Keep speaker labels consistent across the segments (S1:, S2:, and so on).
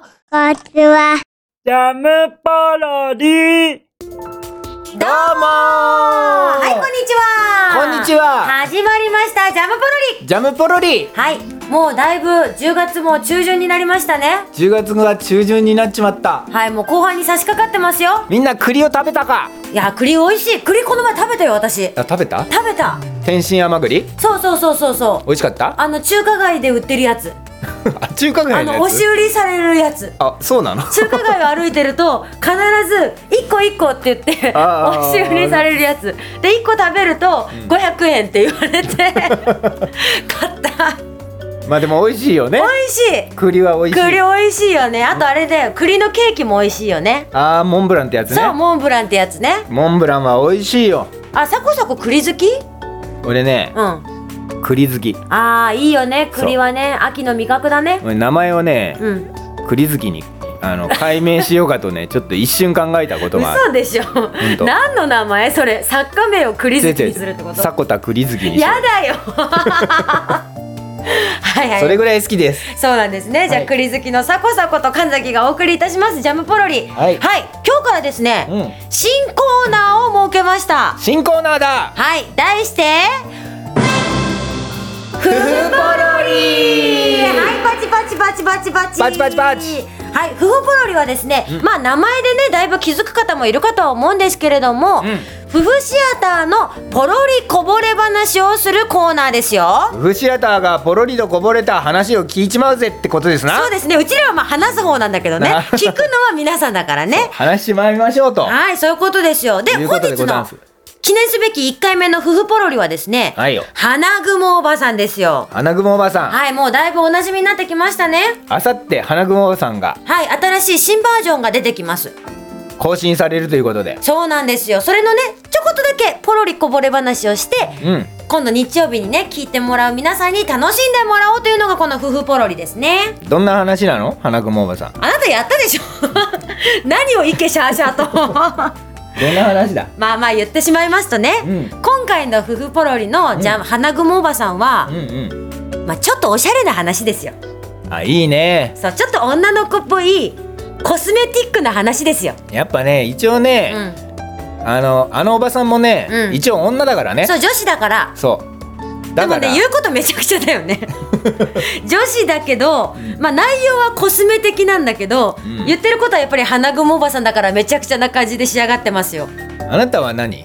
S1: ちは。
S2: ジャムパロディ
S3: どうもは
S4: はい、こんにちは。
S3: こんにちは
S4: 始まりました、ジャムポロリ。
S3: ジャムポロリ
S4: はい、もうだいぶ10月も中旬になりましたね。
S3: 10月が中旬になっちまった
S4: はい、もう後半に差し掛かってますよ。
S3: みんな栗を食べたか
S4: いや、栗美味しい。栗この前食べたよ、私。
S3: あ食べた
S4: 食べた。
S3: 天津甘栗
S4: そうそうそうそうそ
S3: 美
S4: う。
S3: 味しかった
S4: あの、中華街で売ってるやつ。
S3: あ中華
S4: あ
S3: 街のや
S4: の、
S3: つ
S4: 押し売りされるやつ。
S3: あそうなの
S4: 中華街を歩いてると必ず1個1個って言って
S3: あー
S4: 押し売りされるやつで1個食べると500円って言われて買った
S3: まあでも美味しいよね
S4: 美味しい
S3: 栗は美味し
S4: 栗
S3: い
S4: 美味しいよねあとあれで栗のケーキも美味しいよね
S3: あーモンブランってやつね
S4: そうモンブランってやつね
S3: モンブランは美味しいよ
S4: あさこさこ栗好き
S3: 俺ね
S4: うんあ
S3: 栗好き
S4: あーいいよね栗はね秋の味覚だね
S3: 俺名前をね
S4: うん
S3: 栗好きにあの改名しよう かとねちょっと一瞬考えたことがある
S4: 嘘でしょ
S3: んと
S4: 何の名前それ作家名を栗好きにするってこと
S3: 迫田栗好きにしよ
S4: やだ よはいうはい
S3: それぐらい好きです
S4: そうなんですね。じゃあ、
S3: はい
S4: 栗好きのさこさこと神崎がお送りいたします。ジャムポロリ。
S3: はい
S4: 今日からですね、
S3: う
S4: 新コーナーを設けました。
S3: 新コーナーだ
S4: はい、題して。ふふポロリ。はい、パチパチパチパチパチ。
S3: パチパチパチ。
S4: はい、ふふポロリはですね、まあ名前でねだいぶ気づく方もいるかとは思うんですけれども、ふふシアターのポロリこぼれ話をするコーナーですよ。
S3: フシアターがポロリとこぼれた話を聞いちまうぜってことですな
S4: そうですね。うちらはまあ話す方なんだけどね。
S3: な
S4: 聞くのは皆さんだから ね。
S3: 話してまいりましょうと
S4: はい、そういうことですよ。で、
S3: という
S4: 本
S3: ことで
S4: 日
S3: ござい
S4: の
S3: ます
S4: 記念すべき1回目の夫婦ポロリはですね、
S3: はいよ
S4: 花雲おばさんですよ。
S3: 花雲おばさん、
S4: はい、もうだいぶお馴染みになってきましたね。
S3: あさって花雲おばさんが
S4: はい、新しい新バージョンが出てきます。
S3: 更新されるということで
S4: そうなんですよ。それのね、ちょこっとだけポロリこぼれ話をして、
S3: うん
S4: 今度日曜日にね、聞いてもらう皆さんに楽しんでもらおうというのがこの夫婦ポロリですね。
S3: どんな話なの花雲おばさん
S4: あなたやったでしょ 何をイケシャーシャーと。
S3: どんな話だ
S4: まあまあ言ってしまいますとね、
S3: うん
S4: 今回の夫婦ポロリのじゃ、花雲おばさんは
S3: うん、うん
S4: まあ、ちょっとおしゃれな話ですよ
S3: あいいね
S4: そうちょっと女の子っぽいコスメティックな話ですよ、
S3: やっぱね一応
S4: う
S3: ね、
S4: ん、
S3: あのあのおばさんもね、
S4: うん
S3: 一応女だからね
S4: そう女子だから
S3: そうだから
S4: でもね言うことめちゃくちゃだよ ね女子だけど、まあ、内容はコスメ的なんだけど、
S3: うん
S4: 言ってることはやっぱり花雲おばさんだからめちゃくちゃな感じで仕上がってますよ、
S3: あなたは何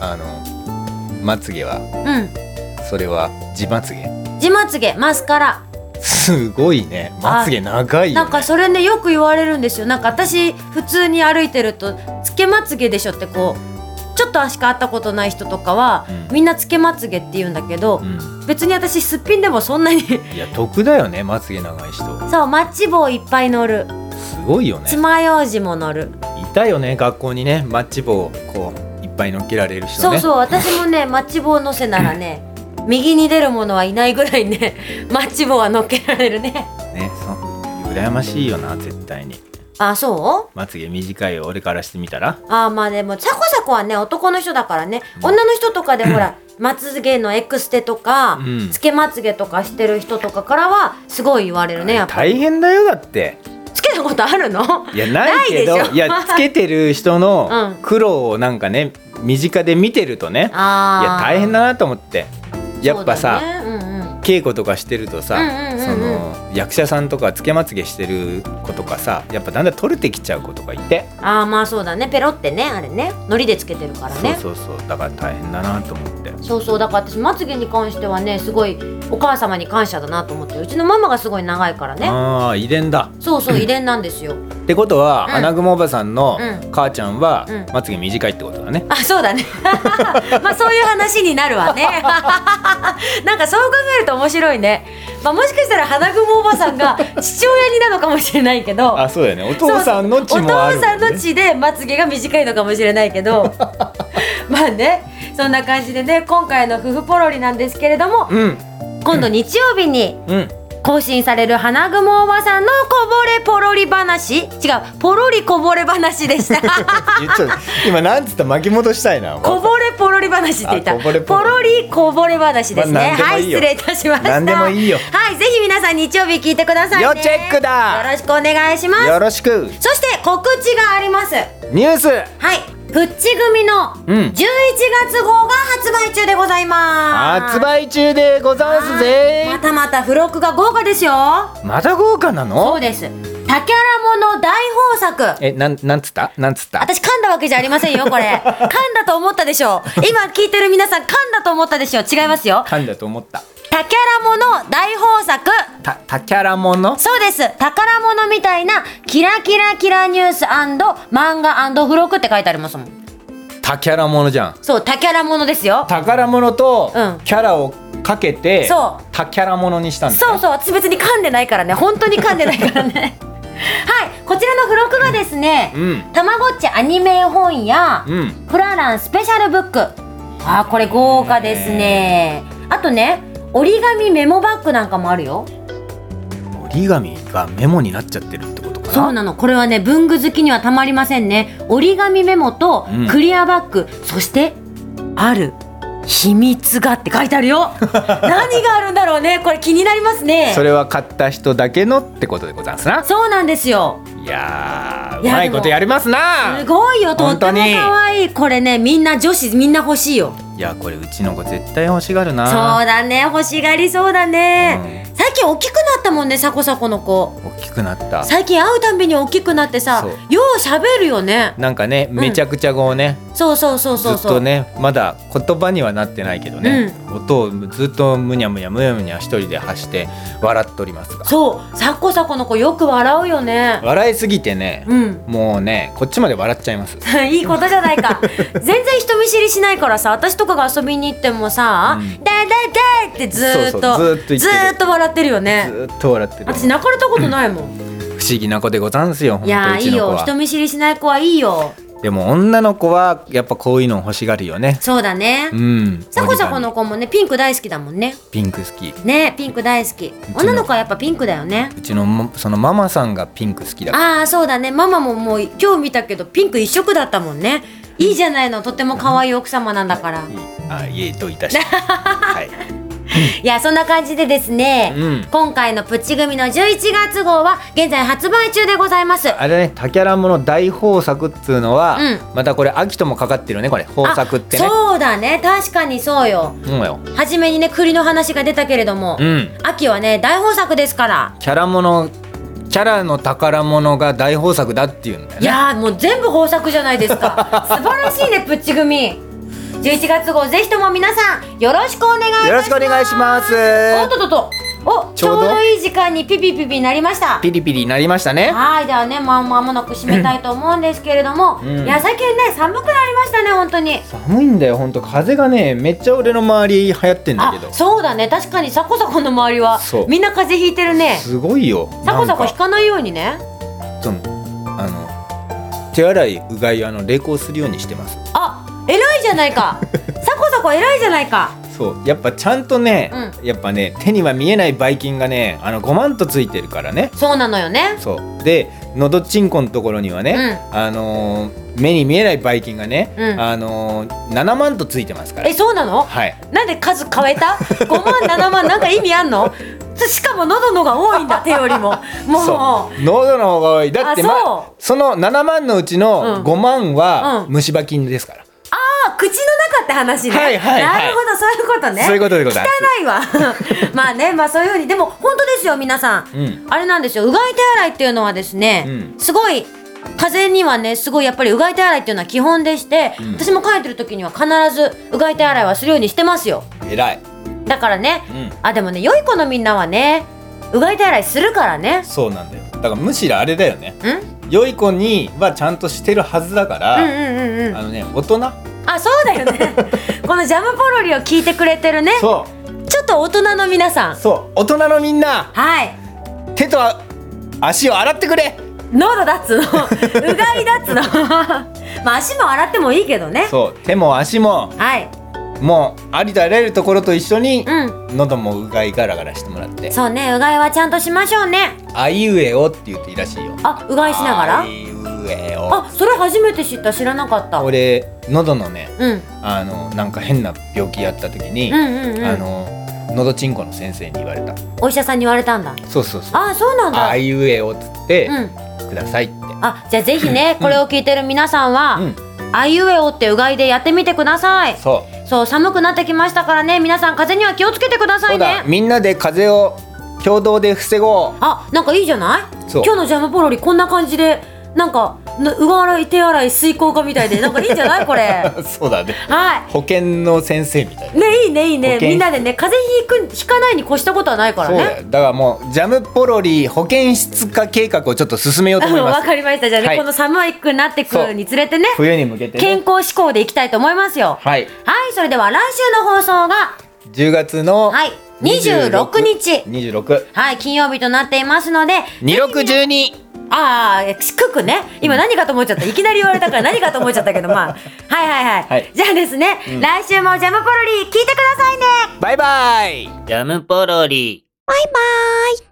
S3: あのまつげは
S4: うん、
S3: それは地まつげ
S4: 地まつげマスカラ
S3: すごいねまつげ長いよ、ね、
S4: なんかそれねよく言われるんですよなんか私普通に歩いてるとつけまつげでしょってこうちょっとしか会ったことない人とかは、
S3: うん
S4: みんなつけまつげって言うんだけど
S3: う、ん、
S4: 別に私すっぴんでもそんなに
S3: いや得だよねまつげ長い人
S4: そうマッチ棒いっぱい乗る
S3: すごいよね
S4: 爪楊枝も乗る、
S3: いたよね学校にねマッチ棒をこういっぱい乗っけられる人
S4: そう
S3: ね
S4: そう私もねマッチ棒乗せならね右に出るものはいないぐらいね マッチ棒は乗っけられるね
S3: ねそう羨ましいよな絶対に
S4: あそう
S3: まつげ短い俺からしてみたら
S4: あーまあでもサコサコはね男の人だからね、女の人とかでほ らまつげのエクステとか、
S3: うん
S4: つけまつげとかしてる人とかからはすごい言われるねやっぱ
S3: 大変だよだって
S4: つけたことあるの
S3: いやないけ
S4: ないでし
S3: ど
S4: ょ
S3: いやつけてる人の
S4: うん
S3: 苦労をなんかね身近で見てるとね
S4: あ
S3: い
S4: ー
S3: や大変だなと思ってやっぱさ、
S4: そうだねうんうん
S3: 稽古とかしてるとさ、
S4: うんうんうんう
S3: その役者さんとかつけまつげしてる子とかさやっぱだんだん取れてきちゃう子とかいて、
S4: あーまあそうだねペロってねあれねのりでつけてるから
S3: そう
S4: ね
S3: そうそうだから大変だなと思って
S4: そうそうだから私まつげに関してはねすごいお母様に感謝だなと思ってるうちのママがすごい長いからね
S3: ああ遺伝だ
S4: そうそう遺伝なんですよ
S3: ってことは、
S4: うん
S3: 花雲おばさんの
S4: うん
S3: 母ちゃんは、
S4: うん
S3: まつげ短いってことだね、
S4: あそうだね まあそういう話になるわね なんかそう考えると面白いね、まあ、もしかしたら花雲おばさんが父親になのかもしれないけど
S3: あそうだよねお父さんの血もあ
S4: お
S3: る
S4: 父
S3: も
S4: さん
S3: ん、ね、
S4: の血でまつげが短いのかもしれないけ どまあねそんな感じでね今回の夫婦ポロリなんですけれども
S3: うん
S4: 今度日曜日に
S3: うん
S4: 更新される花雲おばさんのこぼれポロリ話違うポロリこぼれ話でした
S3: 言っちゃう今なんつった巻き戻したいな
S4: こぼれポロリ話って言った
S3: あこぼれ
S4: ポ
S3: ポロリ
S4: ロリこぼれ話ですね、
S3: まあ何でも
S4: はい
S3: いよ
S4: 失礼いたしました
S3: 何でもいいよ
S4: はいぜひ皆さん日曜日聞いてくださいね
S3: 要チェックだ
S4: よろしくお願いします
S3: よろしく
S4: そして告知がありますは
S3: ニュース
S4: いプッチ組の
S3: うん
S4: 11月号が発売中でございます、
S3: 発売中でござんすぜ
S4: またまた付録が豪華ですよ
S3: また豪華な
S4: そう
S3: の
S4: ですタケラモの大豊作
S3: えなんなんつったなんつった
S4: 私噛んだわけじゃありませんよこれ噛んだと思ったでしょう今聞いてる皆さん噛んだと思ったでしょう違いますよ
S3: 噛んだと思った
S4: タケラモの大豊作
S3: たたキャラもの
S4: そうです宝物みたいなキラキラキラニュース漫画付録って書いてありますもん
S3: たキャラものじゃん
S4: そうタケラモのですよ
S3: 宝物と
S4: うん
S3: キャラをかけて、
S4: そう
S3: たキャラものにしたんだ
S4: そうそう私別に噛んでないからね本当に噛んでないから ねはいこちらの付録がですね、
S3: うん
S4: たまごっちアニメ絵本や、
S3: うん
S4: プラランスペシャルブックあーこれ豪華ですねあとね折り紙メモバッグなんかもあるよ
S3: 折り紙がメモになっちゃってるってことかな
S4: そうなのこれはね文具好きにはたまりませんね折り紙メモと
S3: うん
S4: クリアバッグ、そしてある秘密がって書いてある よ何があるんだろうねこれ気になりますね
S3: それは買った人だけのってことでござんすな
S4: そうなんですよ
S3: いやー
S4: いや
S3: うまいことやりますな
S4: すごいよとっ
S3: 本
S4: て
S3: 当
S4: も
S3: に
S4: 可愛いこれねみんな女子みんな欲しいよ
S3: いやこれうちの子絶対欲しがる
S4: そう
S3: な
S4: だね欲しがりそうだね、最近大きくなったもんねサコサコの子
S3: 大きくなった
S4: 最近会うたんびに大きくなってさ
S3: そう
S4: ようしゃべるよね
S3: なんかねめちゃくちゃ語をね、
S4: そうそうそうそう
S3: ず
S4: そ
S3: っ
S4: う
S3: とねまだ言葉にはなってないけどね、音をずっとむにゃむにゃむにゃむにゃ一人で発して笑っておりますが
S4: そうサコサコの子よく笑うよね
S3: 笑いすぎてね、
S4: うん
S3: もうねこっちまで笑っちゃいます
S4: いいことじゃないか全然人見知りしないからさ私とかが遊びに行ってもさ「
S3: う
S4: だ
S3: ん
S4: だだ」ってずーっと
S3: そうそうずーっと言ってる
S4: ずーっと笑ってるよね
S3: ずーっと笑ってる
S4: 私泣かれたことないもん
S3: 不思議な子でござんすよ本
S4: いや
S3: 当
S4: ー
S3: う
S4: い
S3: ち
S4: い
S3: の子
S4: よ
S3: は
S4: 人見知りしない子はいいよ
S3: でも女の子はやっぱこういうの欲しがるよね
S4: そうだね
S3: うん
S4: さこさこの子もねピンク大好きだもんね
S3: ピンク好き
S4: ねピンク大好き女の子はやっぱピンクだよね
S3: うちのもそのママさんがピンク好きだから
S4: ああそうだねママももう今日見たけどピンク一色だったもんねいいじゃないのとても可愛い奥様なんだから
S3: あいえとい たしはい
S4: いやそんな感じでですね、
S3: うん
S4: 今回のプチ組の11月号は現在発売中でございます
S3: あれね「たキャラもの大豊作」っつうのは、
S4: う
S3: またこれ秋ともかかってるねこれ豊作ってね
S4: あそうだね確かにそうよ
S3: そうよ
S4: 初めにね栗の話が出たけれども、
S3: うん
S4: 秋はね大豊作ですから
S3: キャラものキャラの宝物が大豊作だっていうんだよ
S4: い
S3: ね
S4: やーもう全部豊作じゃないです か素晴らしいねプッチ組11月号ぜひとも皆さんよろしくお願いいたします
S3: よろしくお願いします
S4: おっとっとっとおち
S3: ち
S4: ょ
S3: ょ
S4: う
S3: うど
S4: どいい時間にピピピピになりました
S3: ピリピリになりましたね
S4: はいではねまあまもなく締めたいと思うんですけれども、
S3: う
S4: い
S3: ん
S4: や最近ね寒くなりましたね本当に
S3: 寒いんだよほんと風がねめっちゃ俺の周り流行ってんだ
S4: あ
S3: けど
S4: そうだね確かにサコサコの周りは
S3: そう
S4: みんな風邪ひいてるね
S3: すごいよ
S4: サコサコ
S3: なん
S4: 引
S3: か
S4: かないようにね
S3: そのあの手洗いうがいあの冷凍するようにしてます
S4: あ偉いじゃない かサコサコ偉いじゃないか
S3: そうやっぱちゃんとね、やっぱね手には見えないばい菌がねあのごまんとついてるからね
S4: そうなのよね
S3: そうでのどちんこのところにはね、あのー目に見えないばい菌がね、
S4: うん
S3: あのー、7万とついてますから
S4: えそうなの
S3: はい
S4: なんで数変えた ?5 万7万なんか意味あんのつしかも喉のが多いんだ手よりもも
S3: そうう喉の方が多いだって
S4: あ
S3: ま
S4: そ
S3: その7万のうち
S4: う
S3: の
S4: ん
S3: 5万は
S4: うん
S3: 虫歯菌ですから、
S4: あ口の中って話ね、
S3: はいはいはい
S4: なるほどそういうことね
S3: そういうことでございます
S4: 汚いわ まあねまあそういうふうにでも本当ですよ皆さん、
S3: うん
S4: あれなんですようがい手洗いっていうのはですね、
S3: うん
S4: すごい風邪にはねすごいやっぱりうがい手洗いっていうのは基本でして、
S3: うん
S4: 私も帰ってる時には必ずうがい手洗いはするようにしてますよ
S3: 偉い、
S4: だからね、
S3: うん、
S4: あでもね良い子のみんなはねうがい手洗いするからね
S3: そうなんだよだからむしろあれだよね
S4: んうん
S3: 良い子にはちゃんとしてるはずだから、
S4: うんうんうん
S3: あのね大人
S4: あそうだよ ねこのジャムポロリを聞いてくれてるね
S3: そ
S4: ちょっと大人の皆さん
S3: うそう大人のみんな
S4: はい
S3: 手と足を洗ってくれ
S4: 喉だっつうのう がいだっつうのまあ足も洗ってもいいけどね
S3: そう手も足も
S4: はい
S3: もうありとあらゆるところと一緒に、
S4: うん
S3: 喉もうがいガラガラしてもらって
S4: そうねうがいはちゃんとしましょうね
S3: 「あいうえお」って言うといいらしいよ
S4: あうがいしながら
S3: あいうえお
S4: あそれ初めて知った知らなかったうん
S3: 俺喉のね
S4: うん
S3: あのなんか変な病気やった時に、
S4: うんうん
S3: あの喉ちんこの先生に言われた
S4: お医者さんに言われたんだ
S3: そうそうそう
S4: あそうなんだ
S3: あいうえおっつって
S4: うん
S3: くださいって、
S4: あじゃあぜひ ねこれを聞いてる皆さんは、
S3: うん
S4: あいうえおってうがいでやってみてください
S3: そう
S4: そう寒くなってきましたからね皆さん風邪には気をつけてくださ
S3: そ
S4: いう
S3: だ
S4: ね
S3: みんなで風邪を共同で防ごう
S4: あなんかいいじゃない
S3: そう
S4: 今日のジャムポロリこんな感じでなんかぬうが洗い手洗い水耕化みたいでなんかいいんじゃないこ れ
S3: そうだね
S4: は
S3: 保険の先生みたいない
S4: ねいいねいい
S3: 保
S4: ね
S3: 険
S4: みんなでね風邪ひくひかないに越したことはないから
S3: そうだ
S4: ね
S3: よだからもうジャムポロリ保健室化計画をちょっと進めようと
S4: あ
S3: 思い
S4: の
S3: ま
S4: わ
S3: す
S4: かりましたじゃあね、
S3: はい
S4: この寒くなってくるにつれてね
S3: 冬に向けて、
S4: 健
S3: ね、
S4: 康志向でいきたいと思いますよ
S3: はい
S4: はいそれでは来週の放送が
S3: 10月の
S4: はい26日
S3: 26
S4: はい、金曜日となっていますので、
S3: 二六十二
S4: ああ、クックね。今何かと思っちゃった。いきなり言われたから何かと思っちゃったけど、まあ。はいはいはい。
S3: はい
S4: じゃあですね、来週もジャムポロリ聞いてくださいね
S3: バイバイ
S2: ジャムポロリ。
S4: バイバイ